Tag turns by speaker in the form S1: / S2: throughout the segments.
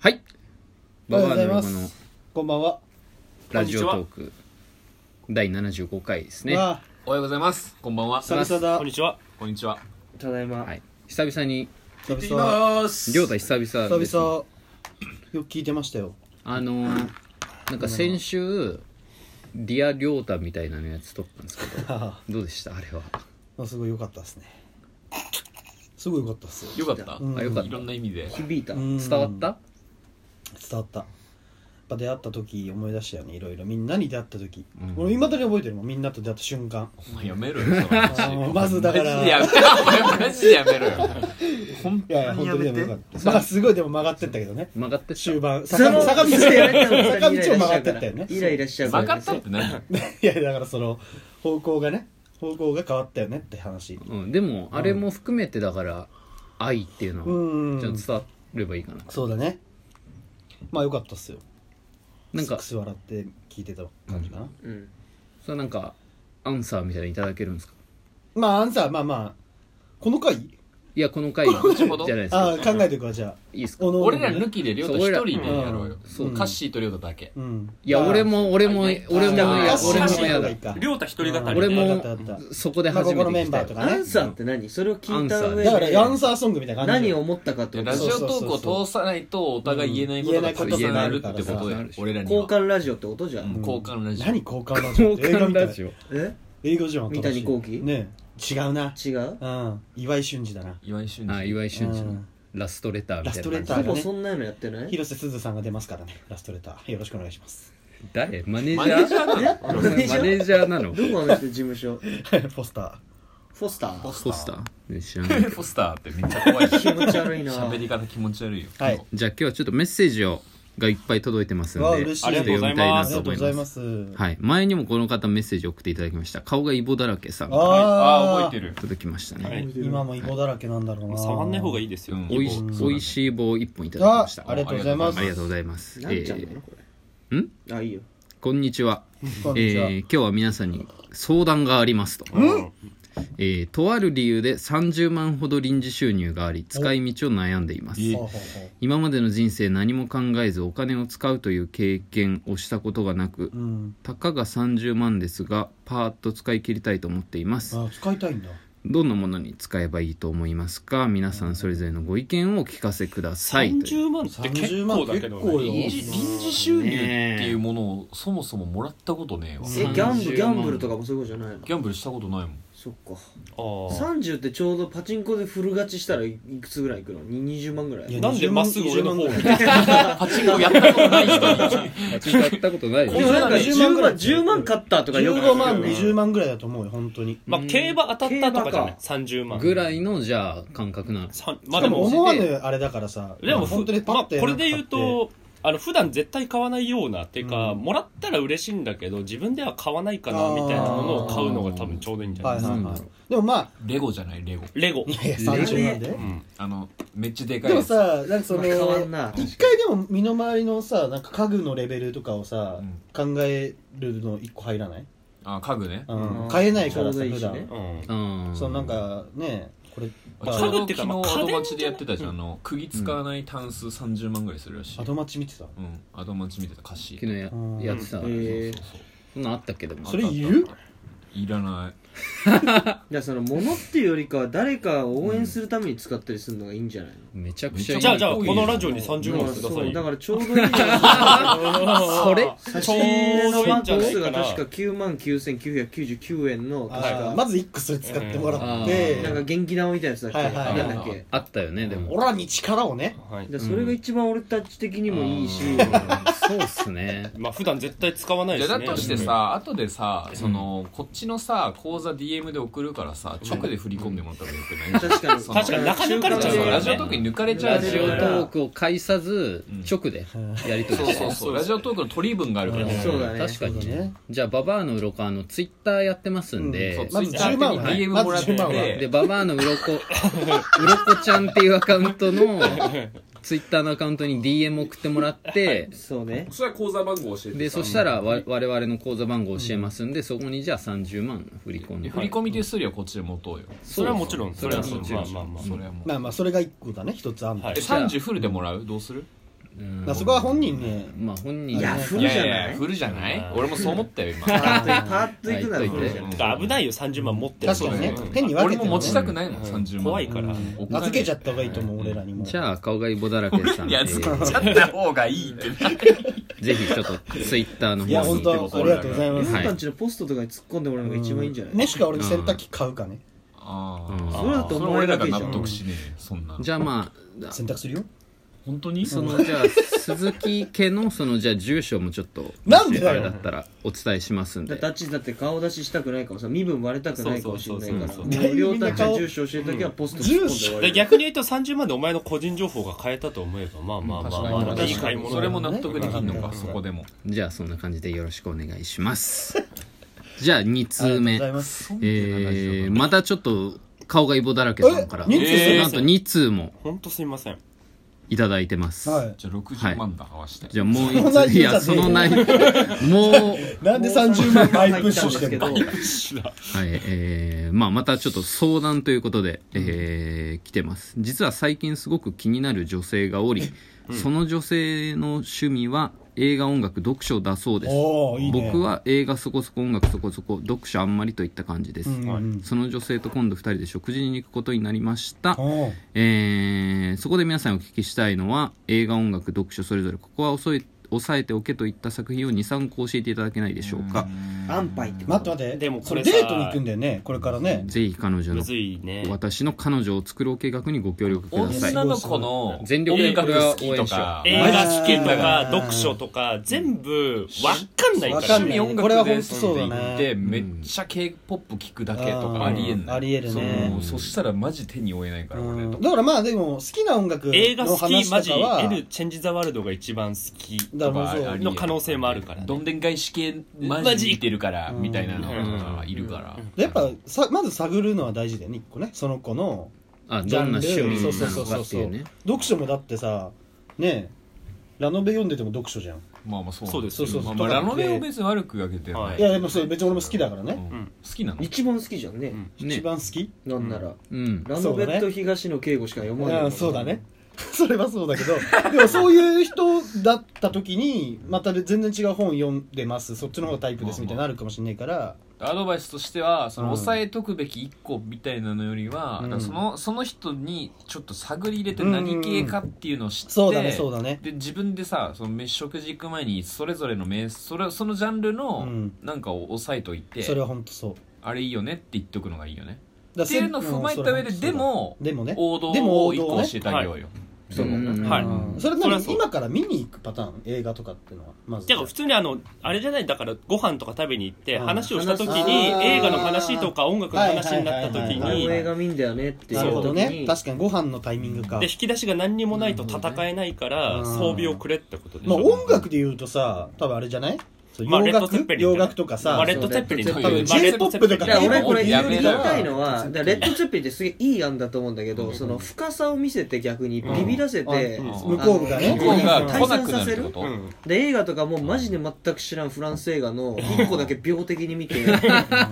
S1: はい。
S2: おはようございま
S1: ババアのロゴの
S2: す。こんばんは。
S1: ラジオトーク第75回ですね。は
S2: わあ
S3: おはようございます。こんばんは。
S2: 久々だ。
S4: こんにちは。
S3: こんにちは。
S4: ただいま。
S1: い。久々に、
S2: 久
S3: い
S2: 々。
S3: す
S1: りょうた久々です、ね。
S2: 久々。よく聞いてましたよ。
S1: あのー、なんか先週、ディア・りょうたみたいなのやつ撮ったんですけど、
S2: あ
S1: どうでしたあれは。
S2: すごい良かったですね。すごい良かったっすよ。
S3: よかった。
S2: うん
S1: あ、よかっ
S3: い
S1: た
S3: ろ。んな意味で。
S1: 響いた。
S2: うん
S1: 伝わった
S2: 伝わった。やっぱ出会った時思い出したよね。いろいろみんなに出会った時
S1: うん。
S2: 俺未だに覚えてるもん。みんなと出会った瞬間。
S3: お前やめろよ。その話
S2: あーまずだから
S3: マジでやめろ。お前マジでやめろよ。本
S2: いやいや、本当にでも良かった。まあすごいでも曲がってったけどね。
S1: 曲がってった
S2: 終盤。
S4: そ
S2: 坂
S4: の
S2: 道坂道
S4: それやられたの
S2: 坂道を曲がってったよね。
S4: イライラしちゃう
S3: 曲
S4: ら
S3: がったって何
S2: いや、だからその方向がね、方向が変わったよねって話。
S1: うん、でも、あれも含めてだから、愛っていう
S2: う
S1: のは、
S2: ん
S1: ちゃんと伝わればいいかな。
S2: そうだねまあ良かったっすよ
S1: なんか
S2: く、す笑って聞いてた感じかな、
S4: うん。
S1: それなんか、アンサーみたいなのいただけるんですか
S2: まあアンサーまあまあこの回
S1: いや、この回じゃないです
S2: あ
S1: か。
S2: あ考えていくわじゃあ
S1: いいですか
S2: おのおの
S3: 俺ら抜きでりょうた一人でやろうよ。
S1: そう
S3: うんカッシーとりょうただけ。
S2: うん
S1: いや、俺も、俺も
S4: あれ、
S1: 俺も嫌
S2: あー
S1: だ、
S2: 歌詞
S1: 俺も
S2: 歌詞の
S1: 嫌
S2: 方が
S1: だ
S2: いい。か
S4: りょうた一人語り
S1: 俺
S2: あったあ
S1: も
S2: った、
S1: そこで初めて聞いた
S2: まあここのメンバーとか
S4: アンサーって何それを聞いた上
S2: だからアン
S4: で
S2: サーソングみたいな感じ
S4: 何を思ったかって
S3: で
S4: こと
S3: ラジオトークを通さないとお互い言えないことがたくさんあるってこ
S2: うん
S3: とで
S1: 言えないことがたくさんあるし
S3: 俺らに
S4: 交
S3: は
S4: 換ラジオってことじゃ
S3: うん
S4: ん。
S3: 交換ラジ
S2: 何交換ラジオって映画みたい
S1: オ。
S4: え
S2: 映画じゃん
S4: 三谷幸喜
S2: ねえ違うな
S4: 違う
S2: うん岩井俊二だな
S3: オ岩井俊
S1: あ、
S3: 二
S1: 岩井俊二
S2: う
S1: の
S2: ん
S1: ラストレターみたいな感じ。
S2: ラストレタ
S4: ほ
S2: ーが
S4: ぼそんなのやってない
S2: 広瀬すずさんが出ますからねラストレターよろしくお願いします
S1: 誰マネー
S3: マ
S1: ジ
S3: ネ
S1: ャー
S3: ージャーなの
S1: マネージャーなの
S4: どこあの人事務所
S2: ポスタ
S4: フォスター
S1: ポスターね知らない。
S3: ポスターってめっちゃ怖いし
S4: 気持ち悪いな
S3: 喋り方気持ち悪いよ
S2: はい
S1: じゃあ今日はちょっとメッセージを、がいっぱい届いてますん
S2: わあ
S1: で、
S2: 嬉しい
S1: ちょっと読みたい
S2: ーあ
S1: な
S2: り
S1: と
S2: がとう
S1: 思
S2: ご
S1: い
S2: ざい
S1: ま。
S2: ますす
S1: はい。前にもこの方メッセージ送っていただきました。顔がイボだらけさんから
S2: あ
S3: あ
S2: ー
S3: あ覚えてる
S1: 届きましたね。
S4: はい
S2: 今もイボだらけなんだろうな
S4: 触んない方がいいですよ。
S3: うん
S1: おいし
S2: うん
S1: おいしい棒一本いただきました。
S2: あありがとうございます
S1: ありがとうございます。
S4: なんちゃん
S1: え
S4: だな
S1: ー
S4: こ
S1: え
S4: れ。
S1: ん
S4: あ、いいよ。
S1: こんにちは。
S2: こん
S1: え
S2: にちは
S1: ー今日は皆さんに相談がありますと、えーとある理由で30万ほど臨時収入があり使い道を悩んでいます
S2: ほうほうほう
S1: 今までの人生何も考えずお金を使うという経験をしたことがなく
S2: うん、
S1: たかが30万ですがパーッと使い切りたいと思っています
S2: あ使いたいんだ
S1: どんなものに使えばいいと思いますか皆さんそれぞれのご意見をお聞かせくださいという
S4: 30万
S2: って結構だけどね
S3: 臨時臨時収入っていうものをそもそももらったことねえわ
S4: え、ギャンブル、ギャンブルとかもそういうことじゃないの
S3: ギャンブルしたことないもん
S4: そっか。
S5: あ
S4: 30ってちょうどパチンコでフル勝ちしたらいくつぐらいいくのに20万ぐらい
S5: あなんでまっすぐ俺の方を見て
S3: パチンコやったことない人 に
S1: 使ったことないで
S4: でも
S1: す
S4: なんか
S2: 20万ぐ
S4: 10
S2: らい
S4: 万10万勝ったとかよく
S2: 15万
S4: 聞く
S2: 20万ぐらいだと思うよ本当に
S5: まあ競馬当たったとかじゃない30万
S1: ぐらいのじゃあ感覚なの
S5: さん
S2: ま
S5: まあ
S2: あ
S5: で
S2: でも
S5: も
S2: 思わぬあれだからさ
S5: でも
S2: 本当にパ
S5: ま
S2: ッ
S5: あこ
S2: て、
S5: れで言うとあの普段絶対買わないようなてか、
S2: うん
S5: もらったら嬉しいんだけど自分では買わないかなみたいなものを買うのが多分ちょうどいいんじゃな
S2: はい
S5: いで
S2: は
S5: す
S2: い
S5: か、
S1: なんだろ
S2: はいでもまあ
S3: レゴじゃないレゴ
S5: レゴ
S2: いやいや30万で
S5: うん
S3: あのめっちゃでかい
S2: でも
S3: やつ
S2: さなんかその
S4: まあ変わんな
S2: 一回でも身の回りのさなんか家具のレベルとかをさ、
S3: う
S2: 考
S3: ん
S2: えるの一個入らない、
S3: あ家具ね
S2: うん
S4: うん
S2: 買えないからさ
S4: ちょうどいい
S2: 普
S4: しね
S2: 段、
S5: うん
S1: うん
S2: そのなんかねこれ
S3: ちょ
S5: 家
S3: う
S5: 具っ
S3: ど
S5: てい
S3: 昨日
S5: うかまあ
S3: アドマチでやってたじゃんあの釘使わない単数30万ぐらいするらしい
S2: 後待ち見てた
S3: うんアドマチ見てた歌詞
S1: 昨日や
S2: うん
S1: やってたからね
S4: えー
S1: そんなんあったっけでも
S2: それ言う
S3: いらない
S4: じゃあその物っていうよりかは誰かを応援するために使ったりするのがいいんじゃないの
S1: めちゃくちゃいい
S5: じゃあじゃあ
S3: いい
S5: こ
S3: よ
S5: のラジオに30
S4: だか
S5: 万
S4: ら
S5: くだ
S4: そ
S5: さ
S4: う
S5: い
S4: だ
S5: よ
S4: からちょうどいい んじゃ
S1: それ
S4: ない
S5: ち
S4: 差
S5: ょ
S4: し入れ
S5: う
S4: の
S5: どいい
S4: マ
S5: んじゃ
S4: ック
S5: ない
S4: スが
S5: かな
S4: 確か9万9999円の確
S2: あー
S4: か
S2: まず1個それ使ってもらっ
S1: うん
S2: て
S4: なんか元気玉みたいなやつだっけ
S2: はいはい
S3: はい
S4: なんだっけ
S1: あったよねでも
S2: オラに力をね
S5: はい
S4: でそれが一番俺たち的にもいいし
S1: うんそうっす ね
S5: まあ普段絶対使わない
S3: い
S5: で
S3: や
S5: す
S3: だ
S5: ね
S3: としてさ後でさそのこっちのさ口座 DM で送るからさ直で振り込んでもらった方がよく ない
S4: 確かに
S3: その
S5: 確かに中抜かれちゃう
S3: そう
S5: からね
S3: ラジオトークに抜かれちゃ
S1: ラ
S3: うし
S1: ジオトークを介さず
S3: うん
S1: 直でやり取
S3: そ
S1: り
S3: う
S1: して
S3: そうそうラジオトークの取り分があるから
S2: うん
S4: そうだね
S1: 確かに
S2: そうだ
S1: ね
S2: ね
S1: じゃあババアの鱗あのツイッターやってますんで、
S3: そう
S2: まず10万はね
S3: DM もらって
S2: まず10万は
S1: でババアの鱗 鱗ちゃんっていうアカウントのツイッターのアカウントに DM 送ってもらって
S4: そうね
S3: それは口座番号教え
S1: でそしたらわ我々の口座番号教えますんで、そこにじゃあ30万振り込んで、
S3: 振り込み手数料はこっちで持とうよ
S5: それはもちろん
S1: そ
S5: そうれ
S1: そう
S5: はそう
S1: それ
S5: ま
S1: は
S5: あまあまあ
S3: それはもう
S2: まあまあそれが1個だね1つあんの
S5: はい
S3: え30フルでもらうどうする
S1: うん
S2: らそこは本人ね
S1: まあ本人
S4: いやフ
S3: い
S4: ルじゃ
S3: や
S4: ない
S3: いや、フルじゃない俺もそう思ったよ、今。
S4: パーッとパーッといくならフルじゃ
S3: うん
S5: だから危ないよ30万持ってる
S2: 確かにね
S5: うん
S2: 変に分
S3: 俺
S2: けて
S3: も
S2: も
S3: 持
S2: ね
S3: ちたくないもん、30万。
S5: 怖いから
S3: うん
S2: 預けちゃった方がいいと思う俺らにも
S1: じゃあ顔がイボだらけさん
S3: いや、
S1: え
S3: 預
S1: ー
S3: けちゃった方がいいって。
S1: ぜひちょっとツイッターの
S2: いや
S1: 方
S2: 本
S1: に
S2: 当ありがとうござい
S4: レ
S2: ま
S4: ズ
S2: す
S1: はい
S4: タンチのポストとかに突っ込んでもらうのが一番いいんじゃない、
S2: ねしか俺洗濯機買うかね
S3: あ
S1: うん
S3: あ
S4: それだ
S3: そ
S4: と
S3: れ
S4: 思わ
S3: 俺
S4: れ
S3: らが
S4: だけじゃ
S3: 納
S4: ん
S3: 得しねえよ、そんな。
S1: じゃあまあ
S2: 洗濯するよ
S3: 本当に
S1: そのじゃあ鈴木家のそのじゃあ住所もちょっと
S2: なんで
S1: あ
S2: だ
S1: れ
S2: よ
S1: だったらお伝えしますん
S4: だ
S1: で
S4: ってあっちだって顔出ししたくないからさ身分割れたくないかもしれないから
S5: そ
S4: も
S5: うそう
S2: そうそう
S4: う両端じゃ住所教えた時はポスト突っ込んで終わ
S5: で
S4: り
S5: 逆に言うと30万でお前の個人情報が変えたと思えばまあまあまあま
S2: 確
S5: あ、ま
S2: か
S5: あ、
S2: に
S5: いい買い物
S3: それも納得できんの
S2: う
S3: か、
S2: ん
S3: そこでも。
S1: じゃあそんな感じでよろしくお願いします じゃあ2
S2: ありがと
S1: 通
S2: うご
S1: 目
S2: ざいます
S1: えー、またちょっと顔がイボだらけさんから
S2: え二通
S3: えー
S1: なんと2通も
S5: 本当すいません
S1: いただいてます、
S2: はい
S3: じゃあ60万だ、合わせて。
S1: じゃあもう
S2: そん
S1: 1
S2: なに
S1: 通いやその内容もう
S2: なんで30万倍プッシュして んの
S4: もう
S2: い
S1: はい、えー、まあまたちょっと相談ということで、えー、来てます。実は最近すごく気になる女性がおり、その女性の趣味は映画音楽読書だそうです。
S2: おーいいね
S1: 僕は映画そこそこ音楽そこそこ読書あんまりといった感じです。
S2: うんうん
S1: その女性と今度2人で食事に行くことになりました。
S2: おー
S1: えーそこで皆さんにお聞きしたいのは映画音楽読書それぞれここは抑え抑えておけといった作品を23個教えていただけないでしょうか
S4: 安牌って
S2: 待って待って
S5: でもこれ
S2: デ
S5: さ
S2: ートに行くんだよねこれからね
S1: ぜひ彼女
S5: む
S1: の
S5: ずいね
S1: 私の彼女を作る計画にご協力ください
S3: 女の子の
S1: 全力で
S3: 音
S1: これ
S3: 楽
S1: は
S3: 好
S1: 応援しよう
S3: きとか、
S5: 映画好きと
S2: あー
S5: か読書とか全部わかんない
S2: わ
S5: か
S2: からんな
S3: 趣
S2: い
S3: 味音
S2: これは
S3: 楽
S2: 本当
S3: ですって
S2: そうだね
S3: 言って、めっちゃ K-POP 聞くだけと
S2: うん
S3: かありえんの
S2: ありえるね
S3: そうそしたらマジ手に負えないから、俺。
S2: だからまあでも好きな音楽
S5: 映画
S2: の
S5: 好き
S2: 話
S5: マ
S2: と
S5: ジ
S2: かは
S5: L チェンジ・ザ・ワールドが一番好き
S2: だからもう
S3: ま
S2: そ
S3: あ
S2: う
S5: の可能性もあるからね
S3: どんでん返し系マ
S5: マ
S3: ジ
S5: ジ
S3: 似てるからみたいなの
S5: うん
S3: がいるから、
S2: やっぱさまず探るのは大事だよね一個ねその子の
S1: あどんな趣味
S2: そうそう
S1: な
S2: そ
S1: の
S2: うそ
S1: か
S2: う
S1: っていうね
S2: 読書もだってさねえラノベ読んでても読書じゃん
S3: まあまあそう
S5: そうです
S2: そうそう
S3: ま
S2: そ
S3: あ
S2: う
S3: まあ
S2: とか
S3: ラ
S2: で
S3: ノベを別に悪く分けて
S5: はい
S2: いやでもそれ別に俺も好きだからね、
S3: うん好きなの
S4: 一番好きじゃんね、
S5: ん
S2: 一
S1: ね
S2: 番好き
S4: なんなら、
S1: うん
S4: ラノベット東野敬吾しか読まない、
S2: うん、そうだね それはそうだけどでもそういう人だった時にまた全然違う本読んでますそっちの方がタイプですみたいになるかもしれないから
S3: アドバイスとしてはそ
S2: う
S3: の
S2: ん
S3: 抑えとくべき1個みたいなのよりは、
S2: うん
S3: なんかそのその人にちょっと探り入れて何系かっていうのを知って、
S2: そうだねそうだね
S3: で自分でさその飯食事行く前にそれぞれの名それそのジャンル
S2: う
S3: の
S2: ん
S3: なんかを押さえといて、
S2: それは本当そう
S3: あれいいよねって言っとくのがいいよね
S2: だから
S3: っていうのを踏まえた上で
S2: うんそ
S3: で
S2: れは本
S3: も
S2: 当そうだでもね
S3: 王道
S2: でも
S3: を
S2: 王
S3: 1
S2: 道
S3: 個
S2: ね
S3: 教えてあげようよ、
S1: そうだね
S5: はい
S2: うんそれ
S5: それ
S2: な
S5: はそう
S2: 今から見に行くパターン映画とかっていうのはまず
S5: だから普通にあのあれじゃないだからご飯とか食べに行って
S2: うん
S5: 話をした時
S2: 話
S5: に
S2: あー
S5: 映画の話とか音楽の話になった
S2: はいはい
S5: 時
S2: はいはい
S5: に
S2: はい
S5: で
S4: 映画見んだよねっていう
S2: なるほ
S4: 時
S2: ど
S4: に、
S2: ね確かにご飯のタイミングか
S5: 引き出しが何にもないと戦えないから
S2: うん
S5: 装備をくれってことでし
S2: まあ
S5: ょ
S2: 音楽で言うとさ多分あれじゃないそう
S5: まあ
S2: 洋
S5: レッドツェッ
S2: 楽
S5: ペリン
S2: 洋楽とか
S5: ま
S2: さ
S5: あレッド・テッペリンとか
S3: 多分
S5: まあレッ
S2: J-POP
S5: ドテッペリン
S2: とか
S4: いや俺これ
S3: や
S4: 言
S3: めろ
S4: い
S3: よ
S4: たいのはだからレッドチェッピンってすげえいい案だと思うんだけどその深さを見せて逆にビビらせて、
S5: うん
S2: 向こうがね
S3: 向こうが来なく
S4: 退散
S3: な
S4: さ
S3: るっ
S4: せ
S3: て
S4: る
S3: こと、
S5: うん
S4: で映画とかもうマジで全く知らんフランス映画の1個だけ秒的に見て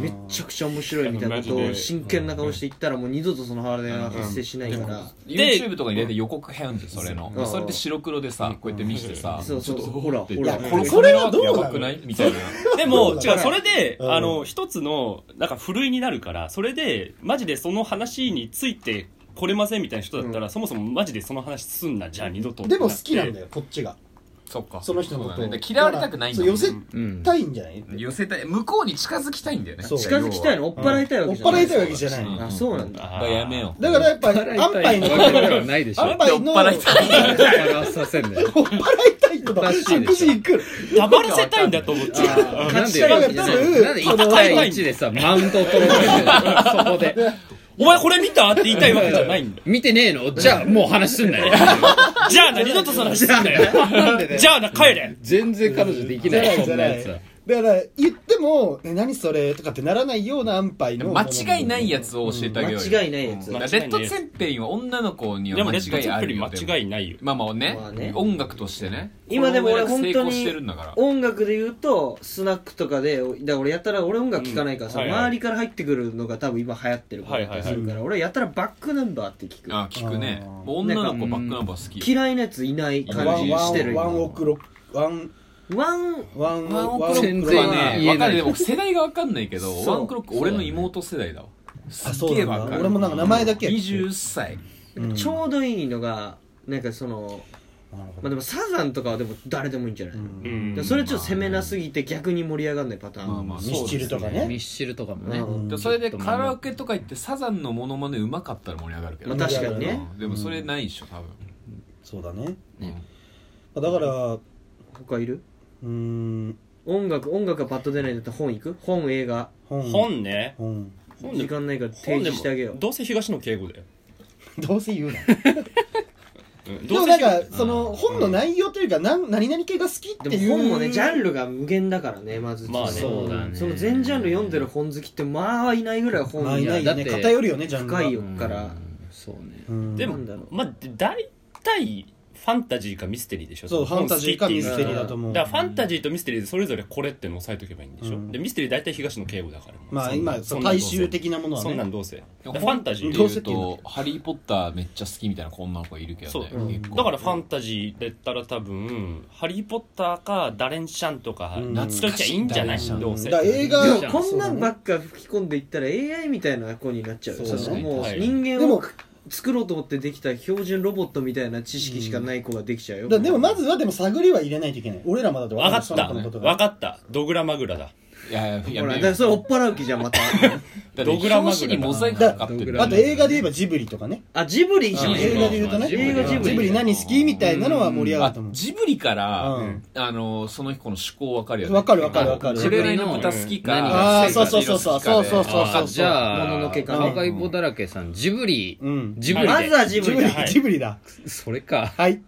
S4: めっちゃくちゃ面白いみたいなことを真剣な顔して言ったらもう二度とその腹では発生しないから。
S5: で
S3: YouTube とかに大体予告編あるんでそれの、
S4: うん
S3: それで白黒でさこうやって見せてさ、
S4: そうそう
S3: ちょっと
S4: ほら
S3: って
S4: ほら
S3: いや
S4: ほら
S2: それはどうなの
S3: やばくないみたいな
S5: でも、
S2: そう
S5: 違
S2: だ
S5: う、
S2: ね
S5: それで、
S2: うん
S5: あの、一つの、なんか、ふるいになるから、それで、マジでその話についてこれませんみたいな人だったら、そもそもマジでその話すんな、じゃあ二度と。
S2: でも好きなんだ
S5: よ。
S2: よこっちが
S3: そっか
S2: その人のこと
S3: そう
S2: を
S3: だね嫌われたくないんだもん
S2: そう寄
S1: うん
S2: せたいんじゃない
S3: 寄せたい向こうに近づきたいんだよね
S2: そう
S4: 近づきたいの追っ払いたいわけじゃ
S2: 追っ
S4: な
S2: 払
S4: い
S2: いたいわけじゃない
S3: うん
S4: あそうなんだ
S3: だからやめよう
S2: だからやっぱ安牌の
S1: わけではないでしょ
S2: 安牌の
S3: 酔っ払いた
S2: い
S1: 笑わさせんだよ
S2: 追っ払いたいとか食事行く
S5: たまらせたいんだと思っちゃう。
S1: なんで
S2: だから
S1: なん
S2: 多分
S1: で1対1でさマウントを取ろうとしてるのそこで
S5: お前これ見たって言いたいわけじゃないんだよ。
S1: 見てねえのじゃあもう話すんなよ
S5: じゃあな、二度とその話すんなよ。じゃあな、帰れ。
S1: 全然彼女できない
S2: じゃない
S1: そんなやつ
S2: じゃ
S1: は
S2: ないだから言っても「え何それ?」とかってならないような安牌の
S3: 間違いないやつを教えてあげようよ、
S4: 間違いないやつ
S3: うんだからレッドツェンペリンは女の子に
S5: で
S3: は
S5: も
S3: 間
S5: レッド
S3: 違
S5: チ
S3: い
S5: ェ
S3: あ
S5: ッペ
S3: る
S5: リン
S3: よ
S5: 間違いないよ
S3: まあまあね,、
S4: まあね
S3: 音楽としてね
S4: 今でも俺本
S3: 成
S4: 当
S3: 功してるん
S4: に
S3: だから
S4: 音楽で言うとスナックとかでだから俺やたら俺音楽聴かないからさ、
S5: うんはいはい
S4: 周りから入ってくるのが多分今流行ってることだったりするから、
S2: はいはい
S4: 俺やたらバックナンバーって聞く
S3: あ聞くね
S2: あー
S3: もう女の子バックナンバー好き
S4: 嫌いなやついない
S2: ワ
S4: 感
S2: ンワ
S4: じ
S2: ン
S4: してる
S2: ワ
S4: 今
S2: ンオクロックワン
S4: ワン
S2: ワン
S3: ワンオク
S2: ワン
S3: ロ
S2: オ
S1: 全
S3: ッ
S2: ク
S3: ク
S1: 然
S2: ロ
S1: ね
S3: はね
S1: 言え
S3: 分
S1: ない
S3: かるでも世代が分かんないけど
S4: そう
S3: ワンオクロック俺の妹世代だわす
S2: あ
S3: っ
S2: そう
S3: げえ
S2: なん
S3: 分か
S2: だ
S3: る
S2: 俺もなんか名前だけ
S3: 20歳
S2: うん
S4: ちょうどいいのがなんかその
S2: なるほ
S4: まあ
S2: ど
S4: でもサザンとかはでも誰でもいいんじゃない、
S2: うん
S5: うん
S4: でそれちょっと攻めなすぎて逆に盛り上がんないパターン、
S3: まあまあ
S2: ミスチルとか
S1: ミ
S2: ね
S1: ッシルとかもね、
S4: うん
S3: でそれでカラオケとか行ってサザンのモノマネうまかったら盛り上がるけど、
S4: まあ確かにね
S3: うんでもそれないでしょ多分、
S2: そうだね
S1: ね
S2: だからう
S4: 他いる
S2: ーん
S4: 音楽音楽がパッと出ないんだったら本行く本映画
S2: 本
S5: 本ね
S2: 本
S5: 本
S4: 時
S5: で
S4: 間ないから提
S5: 本で
S4: 示してあげよ
S5: も
S4: う
S5: どうせ東野敬吾だよ
S2: どうせ言うな
S5: う ん
S2: で
S5: どう
S2: も
S5: せ
S2: なん
S5: 東
S2: かその本の内容というかなん何々系が好きって
S4: で
S2: い
S4: も
S2: う
S4: 本もねジャンルが無限だからねまず
S5: まあね
S1: そうだね
S4: その全ジャンル読んでる本好きってまあいないぐらい本
S2: まあいない
S1: だ
S2: よ
S1: って
S2: ね偏るよねジャンルが
S4: 深いよ
S1: うん
S4: から
S1: そうね
S2: うん
S5: でも
S4: なんだろう
S5: まあで大体ファンタジーかミステリーでしょ
S2: そうファンタジーかミステリーだと
S5: 思
S2: 思う
S5: だからファンタジーとミステリーでそれぞれこれってのを押さえとけばいいんでしょ、
S2: うん
S5: でミステリー大体東野敬吾だからもう
S2: まあ
S5: そんな
S2: 今
S5: そんなどう
S2: 大
S5: せ
S2: 衆的なものは
S5: そんなん
S2: ね
S5: どうせだからファンタジ
S2: どう
S5: ー
S2: せっていうの
S3: と「ハリー・ポッター」めっちゃ好きみたいな女の子いるけどね
S5: そう
S2: うん
S3: 結構
S5: だからファンタジーだったら多分「ハリー・ポッター」か「ダレン・シャン」とか
S2: うん
S5: そっちゃいいんじゃない
S3: 懐かしい
S5: どうせ
S2: だから映画
S4: で
S2: う
S4: も
S2: ん
S4: こんなんばっか吹き込んでいったら AI みたいな子になっちゃうよ
S2: そう
S4: その
S3: ね
S4: もう
S5: はい
S4: 人
S2: で
S4: 間
S2: も
S4: を作ろうと思ってできた標準ロボットみたいな知識しかない子ができちゃうよ
S2: だからでもまずはでも探りは入れないといけない俺らまだって
S5: 分か
S2: る
S5: った
S2: その子のこと
S5: 分
S2: が
S5: かったドグラマグラだ
S3: いやいやいや
S4: ほら
S3: め
S4: だか
S3: よ
S4: ら
S3: う
S4: それ追っ払う気じゃんまた
S3: だって表紙にモザイクかかってる
S1: だ
S2: あと映画で言えばジブリとかね
S4: あジブリじゃん
S3: ジ
S2: 映
S3: ブリ
S2: 画で言うとね
S1: ジブリ
S2: 映画ジブリ
S1: ジブリ
S2: 何好きみたいなのは盛り上が
S3: あ
S2: ると思う
S3: ジブリから、
S2: うん
S3: あのその人の思考わかるよね
S2: わかるわかるわかる
S3: ジブリの豚好きか
S1: うん
S2: ああ
S1: 何
S2: そ
S1: が
S2: うそうそうそうそうそうそうそう
S1: あじゃあ
S4: もののけかね
S1: 赤い棒だらけさんジブリ
S2: うん
S1: ジブリ
S4: まず
S1: で
S4: はジブリだ
S5: はい
S2: ジブリだ
S1: それか
S2: はい